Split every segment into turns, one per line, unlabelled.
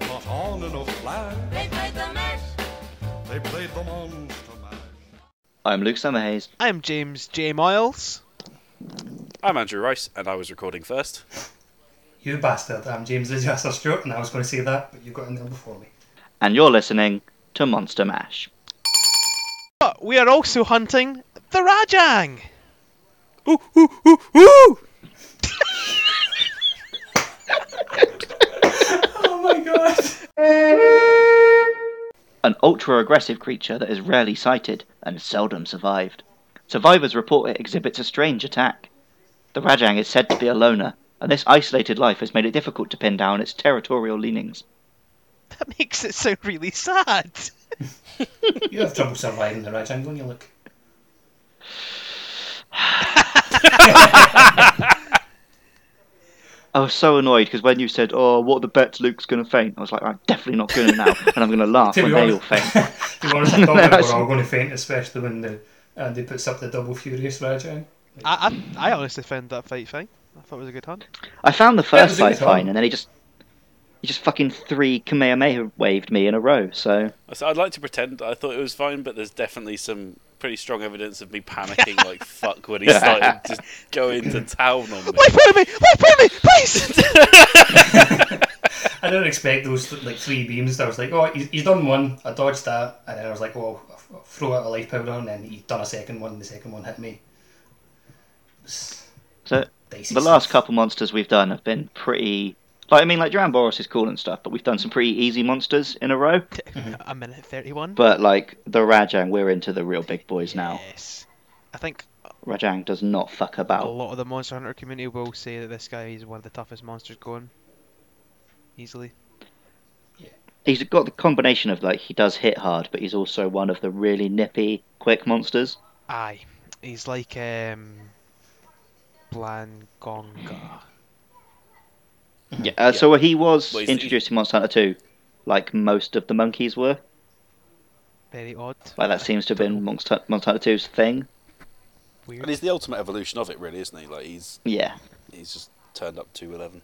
not on in a flash.
They played the mash.
They played the monster mash.
I'm Luke Summerhays.
I'm James J. Miles.
I'm Andrew Rice, and I was recording first.
You bastard. I'm James Lidjaster Stewart, and I was going to say that, but you got in there before me.
and you're listening to Monster Mash.
But we are also hunting the Rajang. Ooh, ooh, ooh, ooh!
Oh my god!
An ultra aggressive creature that is rarely sighted and seldom survived. Survivors report it exhibits a strange attack. The Rajang is said to be a loner, and this isolated life has made it difficult to pin down its territorial leanings.
That makes it sound really sad.
you have trouble surviving the Rajang, don't you, look?
I was so annoyed because when you said, Oh, what are the bets Luke's going to faint? I was like, I'm definitely not going to now, and I'm going to laugh
To
when
be
they all
honest,
faint.
to be honest, I thought that we're all going to faint, especially when the uh, Andy puts up the double furious Rajang.
I, I, I honestly found that fight fine. I thought it was a good hunt.
I found the
Yeah, it
first
was a
fight
good
fine,
time.
and then he just. He just fucking three Kamehameha waved me in a row, so.
I said I'd like to pretend I thought it was fine, but there's definitely some pretty strong evidence of me panicking like fuck when he started just going to town on me.
Wait for me! Wait for me! Please!
I didn't expect those like three beams. I was like, oh, he's, he's done one. I dodged that, and then I was like, oh, I'll f- I'll throw out a life powder, and then he's done a second one. And the second one hit me. It's
So
dicey
the last
stuff.
couple monsters we've done have been pretty. Like I mean, like Duran Boros is cool and stuff, but we've done some pretty easy monsters in a row.
a minute 31.
But like the Rajang, we're into the real big boys now.
Yes. I think
Rajang does not fuck
a
about.
lot of the Monster Hunter community will say that this guy is one of the toughest monsters going. Easily.
He's got the combination of like he does hit hard, but he's also one of the really nippy, quick monsters.
Aye. He's like, um. Blangonga.
Yeah. Uh, So he was
Well, he's-
introduced in Monster Hunter 2, like most of the monkeys were.
Very odd.
Like that seems to have been Monster, Monster Hunter 2's thing.
And he's the ultimate evolution of it, really, isn't he? Like he's
Yeah.
he's just turned up to eleven.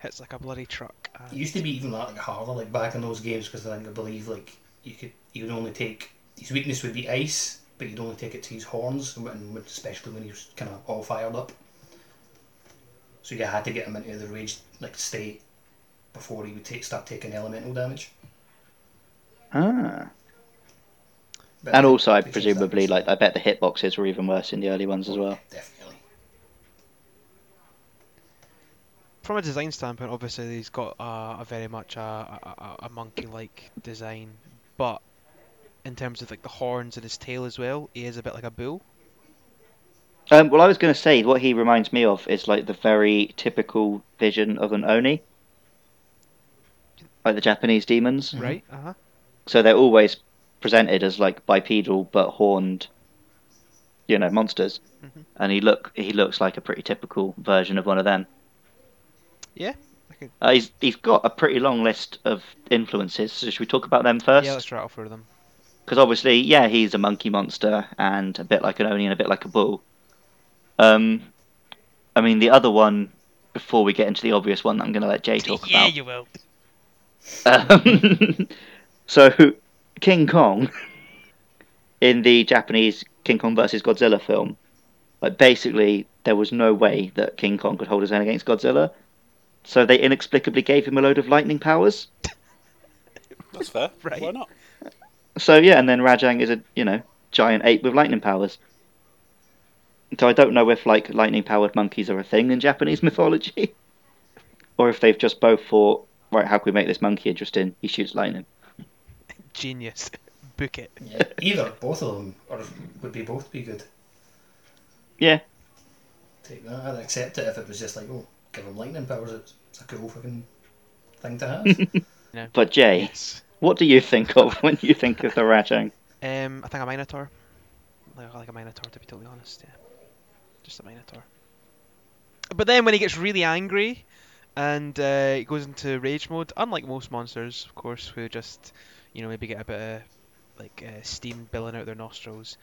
Hits like a bloody truck. and-
It used to be even like harder, like back in those games, because I think I believe like you could you would only take his weakness would be ice, but you'd only take it to his horns, and when- especially when he was kind of all fired up. So you had to get him into the rage like state before he would take, start taking elemental damage.
Ah.
But
And also, I
they changed that
presumably,
recently.
like I bet the hitboxes were even worse in the early ones as well.
definitely.
from a design standpoint, obviously he's got uh, a very much a, a, a monkey-like design, but in terms of like the horns and his tail as well, he is a bit like a bull.
Um, well, I was going to say what he reminds me of is like the very typical vision of an oni, like the Japanese demons.
Right. Uh
Uh-huh.
huh.
So they're always presented as like bipedal but horned, you know, monsters.
Mm-hmm.
And he look he looks like a pretty typical version of one of them.
Yeah, I could-
Uh, he's he's got a pretty long list of influences. So should we talk about them first?
Yeah, let's rattle through them.
because obviously, yeah, he's a monkey monster and a bit like an oni and a bit like a bull. Um, I mean, the other one before we get into the obvious one, that I'm going to let Jay talk about.
will.
Um, so, King Kong in the Japanese King Kong versus Godzilla film, like basically there was no way that King Kong could hold his own against Godzilla, so they inexplicably gave him a load of lightning powers.
That's fair.
Right.
Why not?
So yeah, and then Rajang is a you know giant ape with lightning powers. So I don't know if like lightning powered monkeys are a thing in Japanese mythology, or if they've just both thought, right, how can we make this monkey interesting? He shoots lightning.
Genius. Book it.
Yeah, either both of them, or would be both be good.
Yeah,
Take that. I'd accept it if it was just like, oh, give him lightning powers. It's, it's a cool fucking thing to have.
but Jay,
Yes.
what do you think of when you think of the Rajang?
Um, I think a minotaur. Like, like a minotaur, to be totally honest. Yeah, just a minotaur. But then when he gets really angry, and uh, he goes into rage mode, unlike most monsters, of course, who just, you know, maybe get a bit of like uh, steam billowing out their nostrils.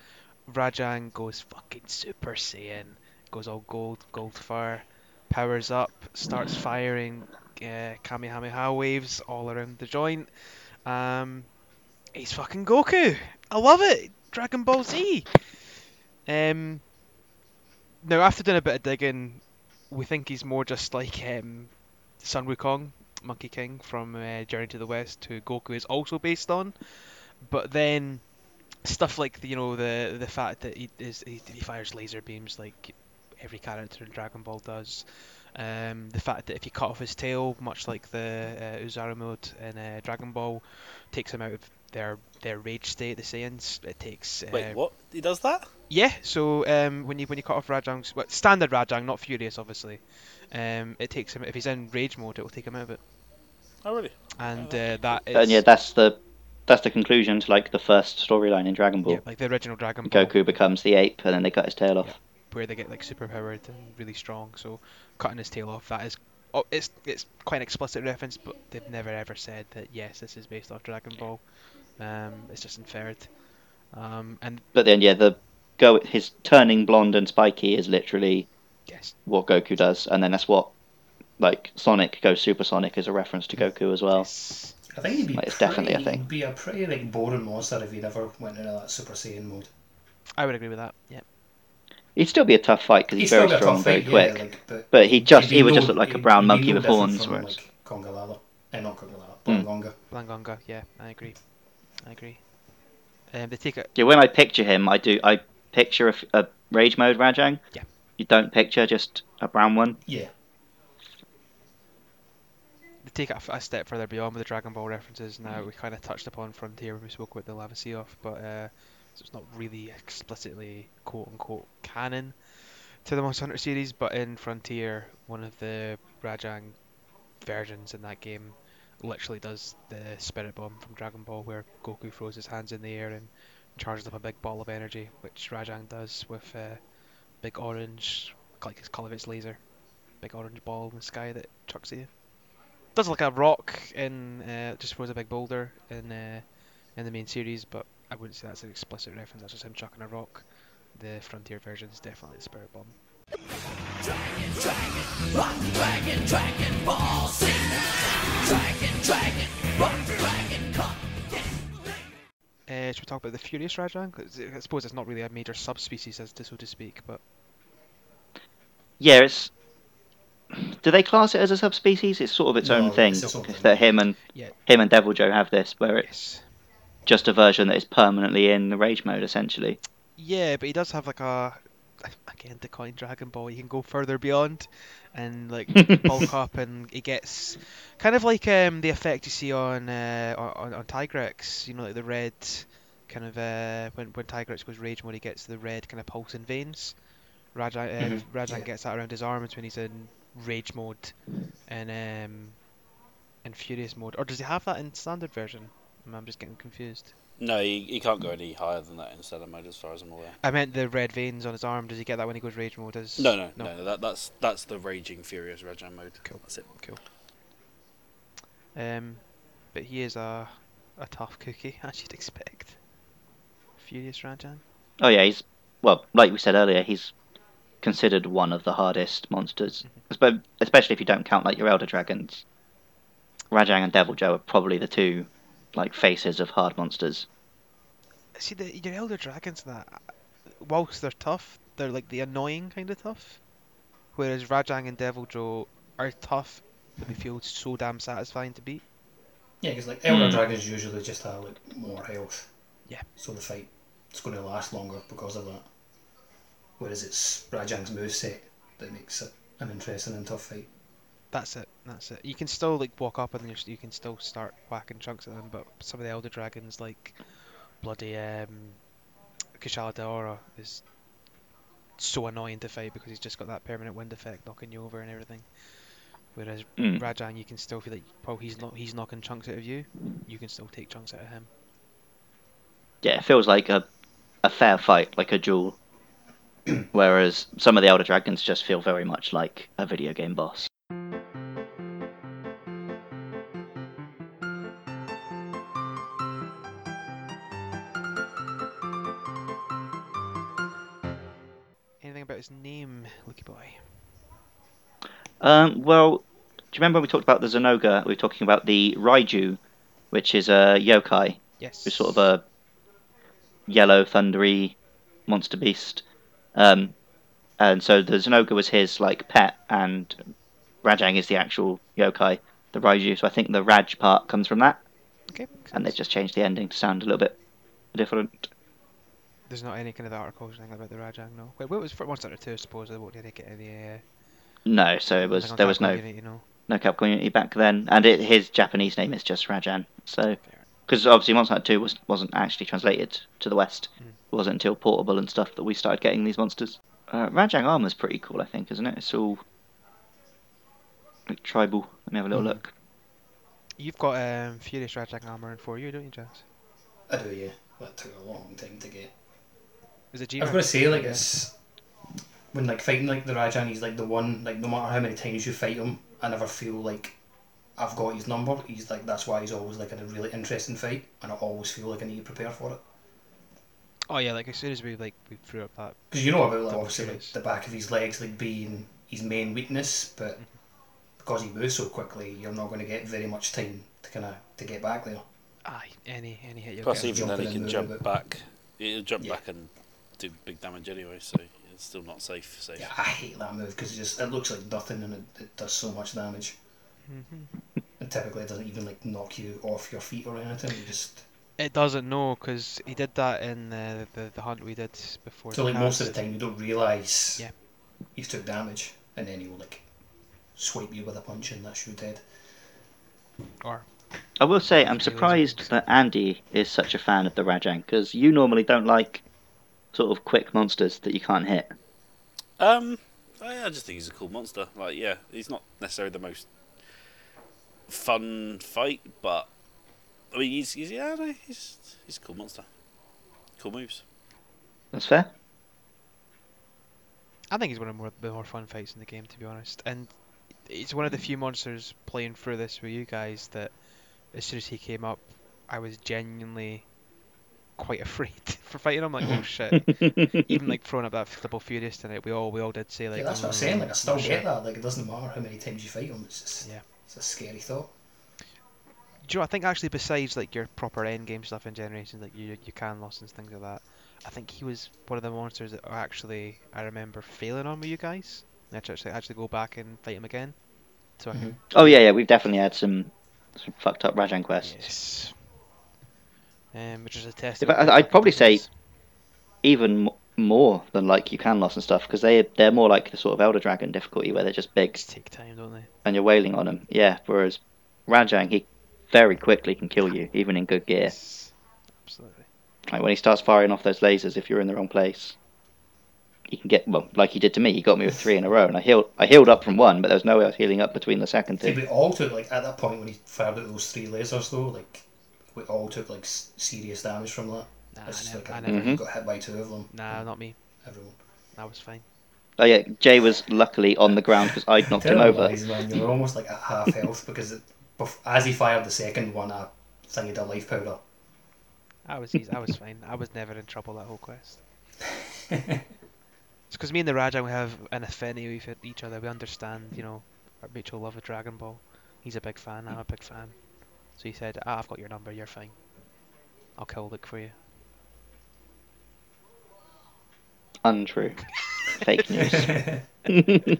Rajang goes fucking Super Saiyan, goes all gold, gold fur, powers up, starts firing uh, Kamehameha waves all around the joint. Um, he's fucking Goku. I love it. Dragon Ball Z. Um, now, after doing a bit of digging, we think he's more just like um, Sun Wukong, Monkey King from uh, Journey to the West, who Goku is also based on. But then stuff like the, you know the the fact that he is he, he fires laser beams like every character in Dragon Ball does. Um, the fact that if you cut off his tail, much like the uh, Uzaru mode in uh, Dragon Ball, takes him out of their their rage state. The Saiyans it takes. Uh,
Wait, what? He does that?
yeah, so um, when you when you cut off Rajang's well, standard Rajang, not Furious, obviously, um, it takes him if he's in rage mode, it will take him out of it,
Oh, really?
and uh, that is
And yeah, that's the that's the conclusion to like the first storyline in Dragon Ball.
yeah, like the original Dragon Ball,
Goku becomes the ape, and then they cut his tail off.
where they get like superpowered and really strong. So cutting his tail off, that is oh, it's it's quite an explicit reference, but they've never ever said that yes, this is based off Dragon Ball. Um, it's just inferred, um, and
But then yeah, the go his turning blonde and spiky is literally
yes,
what Goku does, and then that's what like Sonic goes supersonic is a reference to Goku as well.
yes.
I think he'd be
It's
pretty,
definitely a thing.
He'd be a pretty like boring monster if he never went into that Super Saiyan mode.
I would agree with that. Yeah.
He'd still be a tough fight because he's,
still
very
got a
strong,
tough
very
fight,
quick.
Yeah, like, but
But he just
he'd
he would
no-
just look like a
he'd
brown
be
monkey
no
with
different
horns.
from,
Whereas
Like Conga Lala, eh, not Conga Lala,
Hmm.
Bongonga.
Blangonga, yeah, I agree. I agree. Um, they take it.
yeah, when I picture him, I do I picture a, f- a rage mode Rajang.
Yeah.
You don't picture just a brown one.
Yeah,
They take it a, f- a step further beyond with the Dragon Ball references. Now we kind of touched upon Frontier when we spoke about the Lavacy off, but uh, so it's not really explicitly quote unquote canon to the Monster Hunter series. But in Frontier, one of the Rajang versions in that game literally does the Spirit Bomb from Dragon Ball, where Goku throws his hands in the air and charges up a big ball of energy, which Rajang does with uh, big orange, like his colour of its laser, big orange ball in the sky that chucks at you. Does look like a rock in uh, just throws a big boulder in uh, in the main series, but I wouldn't say that's an explicit reference. That's just him chucking a rock. The Frontier version is definitely the Spirit Bomb. Uh, should we talk about the Furious Rajang? 'Cause I suppose it's not really a major subspecies, as to so to speak, but
Yeah, it's. Do they class it as a subspecies? It's sort of its
No,
own
it's
thing.
its own thing.
That him and
Yeah.
him and Devil Joe have this, where it's
yes.
just a version that is permanently in the rage mode, essentially.
Yeah, but he does have like a again to coin Dragon Ball. He can go further beyond and like bulk up, and he gets kind of like um the effect you see on uh, on on Tigrex. You know, like the red kind of uh when when Tigrex goes rage mode, he gets the red kind of pulsing veins. Rajang uh,
Mhm,
Rajang
yeah.
gets that around his arms when he's in rage mode, and um in furious mode. Or does he have that in standard version? I'm just getting confused.
No, he, he can't go any higher than that in standard mode, as far as I'm aware.
I meant the red veins on his arm. Does he get that when he goes rage mode? As...
No, no, no. no, that, that's that's the raging furious Rajan mode.
Cool.
That's it.
Um, but he is a a tough cookie, as you'd expect. Furious Rajan.
Oh yeah, he's well, like we said earlier, he's considered one of the hardest monsters, Espe- especially if you don't count like your elder dragons. Rajang and Devil Joe are probably the two like faces of hard monsters.
See, the, your elder dragons and that, whilst they're tough, they're like the annoying kind of tough. Whereas Rajang and Devil Joe are tough, but they feel so damn satisfying to beat.
yeah, because like Elder
Hmm.
Dragons usually just have like more health.
Yeah.
So the fight it's going to last longer because of that. Whereas it's Rajang's moveset that makes it an interesting and tough fight.
That's it. That's it. You can still like walk up and then you you can still start whacking chunks at them, but some of the elder dragons like bloody um, Kishala Deora is so annoying to fight because he's just got that permanent wind effect knocking you over and everything. Whereas
Mm.
Rajang, you can still feel like well he's not he's knocking chunks out of you, you can still take chunks out of him.
Yeah, it feels like a a fair fight, like a duel. Whereas some of the elder dragons just feel very much like a video game boss.
Anything about his name, Lucky Boy?
Um, well, you remember we talked about the Zenoga? We were talking about the Raiju, which is a yokai,
Yes.
who's sort of a yellow, thundery monster beast. Um, and so the Zenoga was his like pet, and Rajang is the actual yokai, the Raiju. So I think the Raj part comes from that,
Okay. makes
and they've
sense.
just changed the ending to sound a little bit different.
There's not any kind of articles or anything about the Rajang, no. Wait, what was for Monster Hunter 2, I suppose? They won't really get any. Uh,
No, so it was
anything on
there was
Capcom
no
Unity, you know.
no Capcom Unity back then, and it, his Japanese name is just Rajan. So,
Fair.
because obviously Monster Hunter 2 was, wasn't actually translated to the West,
Mm.
it wasn't until Portable and stuff that we started getting these monsters. Uh, Rajang armor's pretty cool, I think, isn't it? It's all like, tribal. Let me have a little
Hmm.
Mhm.
look.
You've got um, Furious Rajang armor in 4U, don't you, Jazz?
I do, yeah. That took a long time to get.
Is it
I was
G-Rank?
gonna say like it's when like fighting like the Rajang, he's like the one like no matter how many times you fight him, I never feel like I've got his number. He's like that's why he's always like in a really interesting fight, and I always feel like I need to prepare for it.
Oh yeah, like as soon as we like we threw up that
Because you know about like
Double
obviously like,
curious.
the back of his legs like being his main weakness, but
Mm-hmm.
because he moves so quickly, you're not going to get very much time to kind of to get back there.
aye, ah, any any hit you'll
Plus,
get.
even then, he
jumping
can
and
jump
moving.
back. He'll jump
Yeah.
back and do big damage anyway, so it's still not safe. Safe.
Yeah, I hate that move because it just it looks like nothing and it, it does so much damage.
Mhm.
And typically, it doesn't even like knock you off your feet or anything. You just
It doesn't know because he did that in the, the the hunt we did before.
So
the
like most of the
cast.
time you don't realise
Yeah.
he's took damage and then he'll like swipe you with a punch and that's you dead.
I will say,
Really
I'm
is
surprised that Andy is such a fan of the Rajang, because you normally don't like sort of quick monsters that you can't hit.
Um, I, I just think he's a cool monster. Like, yeah, he's not necessarily the most fun fight, but I mean, he's, he's yeah, I don't know, he's he's a cool monster. Cool moves.
That's fair?
I think he's one of the more, the more fun fights in the game, to be honest. And it's one of the few monsters playing through this with you guys that as soon as he came up, I was genuinely quite afraid for fighting him. Like, oh shit. Even like throwing up that double furious tonight, we all we all did say like.
yeah, that's what I'm
"Mm,
saying. Like I still
oh,
get
shit."
that. Like it doesn't matter how many times you fight him. It's just
Yeah.
it's a scary thought.
Do you know, I think actually besides like your proper end game stuff in Generations, like you you can loss and things like that, I think he was one of the monsters that are actually I remember failing on with you guys. I had to actually actually go back and fight him again. So I can
Oh, yeah, yeah, we've definitely had some, some fucked up Rajang quests.
Yes. Um, which is a test.
If I- I'd probably say- even m- more than like you can loss and stuff because they they're more like the sort of elder dragon difficulty where they're just big
Just take time, don't they?
and you're wailing on them. Yeah, whereas Rajang he very quickly can kill you even in good gear.
Yes. Absolutely.
Like when he starts firing off those lasers, if you're in the wrong place, he can get well like he did to me. He got me with three in a row, and I healed I healed up from one, but there was no way I was healing up between the second
Did
two.
we all took like at that point when he fired out those three lasers though? Like we all took like s- serious damage from that.
Nah,
it's
I
just
never,
like
I
everyone
never.
Mhm.
got hit by two of them.
Nah, not me.
Everyone.
That was fine.
Oh yeah, Jay was luckily on the ground because I'd knocked him
Terrible
over.
lies, man. You were almost like at half health because it, bef- as he fired the second one, I thingied a life powder.
I was easy. I was fine. I was never in trouble that whole quest. It's because me and the Rajan we have an affinity with each other. We understand, you know, our mutual love of Dragon Ball. He's a big fan. I'm a big fan. So he said, ah, "I've got your number. You're fine. I'll kill Luke for you."
Untrue, fake news.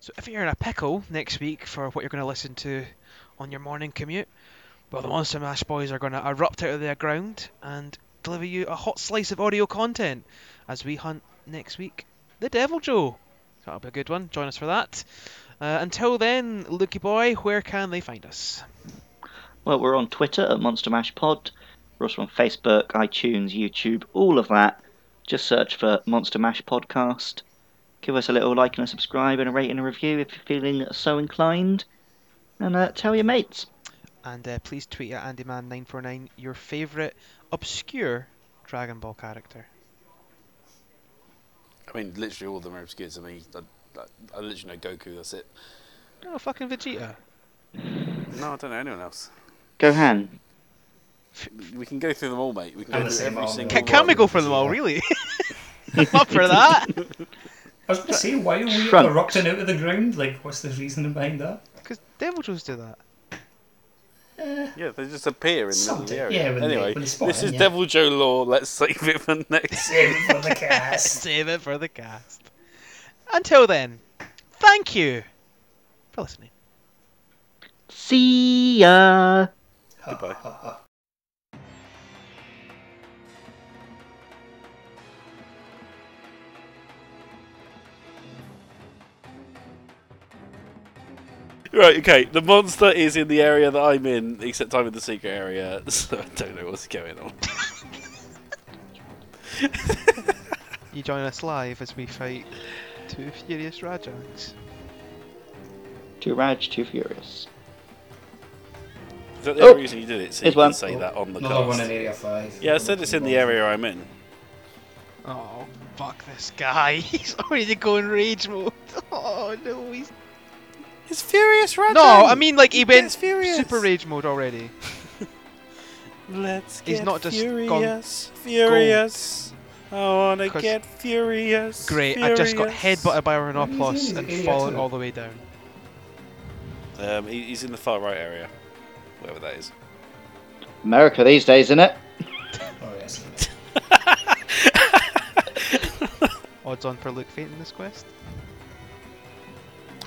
So if you're in a pickle next week for what you're going to listen to on your morning commute, well, the Monster Mash Boys are going to erupt out of their ground and deliver you a hot slice of audio content as we hunt next week the Devil Joe. So That'll be a good one. Join us for that. Uh, until then, Lukey Boy, where can they find us?
Well, we're on Twitter at Monster Mash Pod. We're also on Facebook, iTunes, YouTube, all of that. Just search for Monster Mash Podcast. Give us a little like and a subscribe and a rate and a review if you're feeling so inclined. And uh, tell your mates.
And uh, please tweet at AndyMan949 your favourite obscure Dragon Ball character.
I mean, literally all of them are obscure to me. I, I, I literally know Goku. That's it.
Oh, fucking Vegeta.
No, I don't know anyone else.
Gohan.
We can go through them all, mate. We can
I'm
go
the
through
same
every
all.
single.
Can, can we
one.
go for them all, really? Not for that.
I was going to say, why are we
Shrunk.
erupting out of the ground? Like, what's the reasoning behind that?
Because Devil Joes do that.
Yeah, they just appear in the middle of
Something,
the area.
yeah, when they-
anyway,
when they spot
this
in,
is
yeah.
Devil Joe Law. Let's save it for next.
Save it for the cast.
Save it for the cast. Until then, thank you for listening.
See ya.
Goodbye. Right, okay. The monster is in the area that I'm in, except I'm in the secret area, so I don't know what's going on.
You join us live as we fight two furious Rajangs.
Too Raj, too furious.
Is that the only
Oh,
reason you did it? So you
here's
can
one.
say that on the
Another one in
cast.
Area 5.
Yeah, I said it's in the area I'm in.
Oh, fuck this guy. He's already going rage mode. Oh, no, he's.
It's furious, right?
No, I mean, like, he went
gets furious.
super rage mode already.
Let's
He's
get
not just gone-
furious, furious. I wanna
'Cause-
get furious.
Great, I just got
furious.
headbutted by
He's
Rhinopolis
in
and
the area
fallen
too.
all the way down.
Um, he, he's in the far right area, wherever that is.
America these days, innit?
Oh, yes.
Odds on for Luke fainting this quest.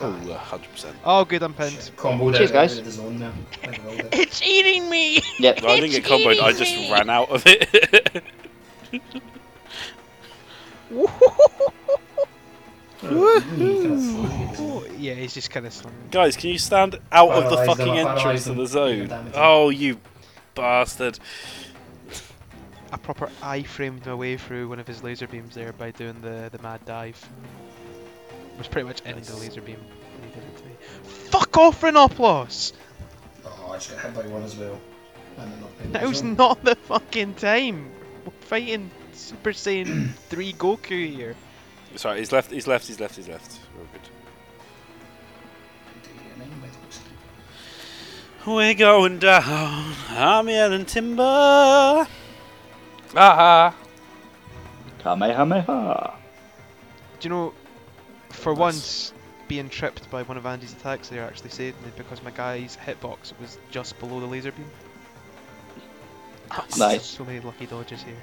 Oh, 100 percent.
Oh, good, I'm pinned.
Combo
Cheers,
down
guys.
out of the zone now. Like, well done.
It's eating me!
Yep.
I didn't get comboed. I just ran out of it.
You can afford it.
Oh, yeah, he's just kind of slumped.
Guys, can you stand out of the
Paralyse them,
fucking
paralyse
entrance to
them.
the
Yeah,
zone?
damage them.
Oh, you bastard!
I proper I-framed my way through one of his laser beams there by doing the, the mad dive. Which pretty much ended the
Nice.
laser beam when he did it to me. Fuck off, Rhinoplos!
Oh, I just got hit by one as well. And then knocked out of the
Now's
zone.
not the fucking time! We're fighting Super Saiyan 3 Goku here.
Sorry, he's left. He's left. He's left. He's left. We're all good. We're going down. I'm yelling timber. Ah.
Kamehameha.
Do you know, for
Nice.
once, being tripped by one of Andy's attacks there actually saved me because my guy's hitbox was just below the laser beam.
Nice.
So many lucky dodges here.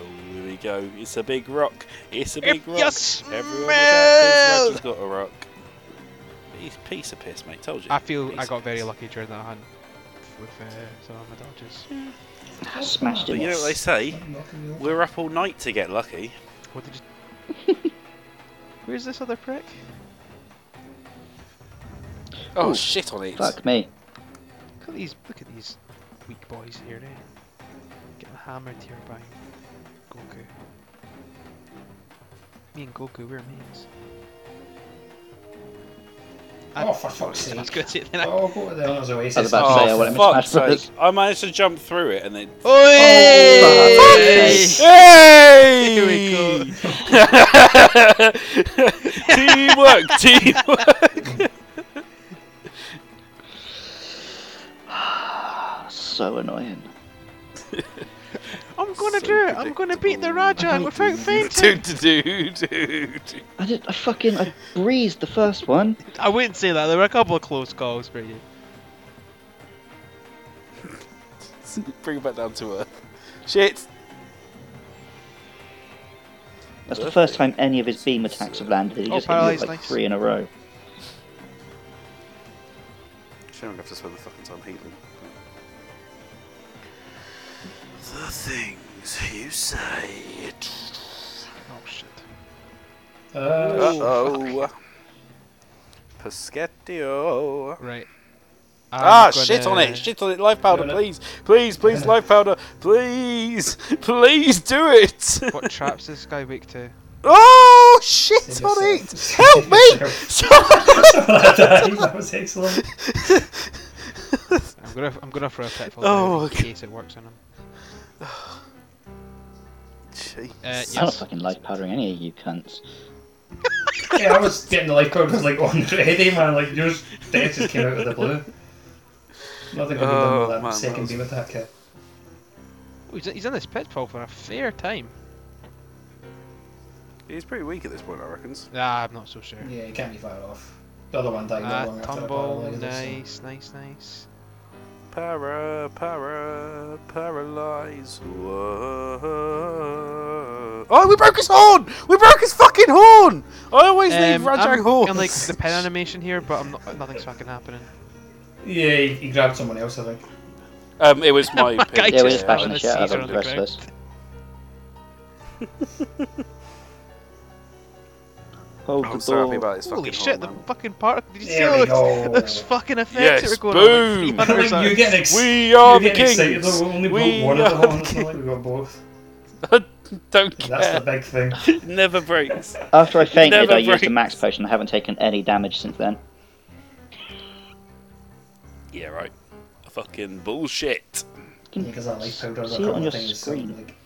Oh, here we go. It's a big rock. It's a
If
big
you
rock. Everyone watch
smell-
out. This has got a rock. He's piece of piss, mate. Told you.
I feel I
Piece
got
of
very
piss.
lucky during that hunt with uh, some of my dodges.
Smashed
But
him.
Oh, you know what they say?
Knocking you off.
We're up all night to get lucky.
What did you? Where's this other prick?
Oh
Ooh,
shit on it!
Fuck me.
Look at these. Look at these weak boys here, eh? Getting hammered here by Goku. Me and Goku, we're mates.
Oh, for fuck's sake.
I was gonna say then. I...
Oh, go to the other way.
I was about to say, I
Oh,
would've
for
missed
fuck's
Smash
sake. I managed to jump through it and then.
Oh. Oi!
fuck's
Hey!
Here we go.
teamwork, teamwork.
So annoying.
I'm gonna
So
do it. I'm gonna beat the Rajan without fainting.
dude, dude, dude.
I did. I fucking. I breezed the first one.
I wouldn't say that. There were a couple of close calls for you.
Bring it back down to earth. Shit.
That's the first time any of his beam attacks have landed. He
Oh,
just hit me with,
paralysed,
like
nice.
three in a row.
Shame I have to spend the fucking time healing. The things you say.
Oh shit.
Uh,
Uh oh. Pescatio.
Right.
ah, shit on it! Shit on it! Life powder,
Gonna-
please, please, please, life powder, please, please do it!
What traps is guy weak to?
Oh, shit
Save
on it!
yourself.
Help
Save
me!
yourself. that was excellent.
I'm gonna, I'm gonna throw a pitfall
Oh,
oh, in
okay.
case it works on him. Uh,
Jeez.
I don't
yes.
fucking like powdering any of you cunts.
Yeah, I was getting the life card was like on ready, man. Like yours, death just came out of the blue. Nothing could be done
Oh,
with that
man, that
second
was-
beam attack. Kit.
Oh, he's, he's in this pitfall for a fair time.
He's pretty weak at this point, I reckon.
Nah, I'm not so sure.
Yeah, it can't be far off. The other one died
Ah,
not long after I
tumble,
paralysed it,
nice, nice, nice.
Para, para, paralyze. Whoa. Oh, we broke his horn! We broke his fucking horn! I always leave
Um,
Rajang
I'm,
horn.
I'm like the pen animation here, but I'm not, nothing's fucking happening.
so- Yeah, he, he grabbed someone else, I think.
Um, it was my.
My
pick.
guy
Yeah, we're
just
just
fell
bashing
in
the
a
shit out of
Caesar
them
on
for
the
the rest of
ground.
us. Hold
I'm
the
so happy
ball.
about his fucking
Holy
horn,
shit, the
man.
fucking part. Did you
There we
see all
go.
those, those fucking effects
Yes,
that were going
boom.
on? Like
I
300
think
sides.
you get ex-
We
you
are the
get excited
kings.
though, we only
We
broke one of
are
the
the
horns, not like we got both.
Don't
That's
care.
the big thing.
Never breaks.
After I fainted,
Never
I used a
breaks.
max potion. I haven't taken any damage since then.
Yeah, right. Fucking bullshit.
Can
Because I like powder.
see it on your screen.
Like,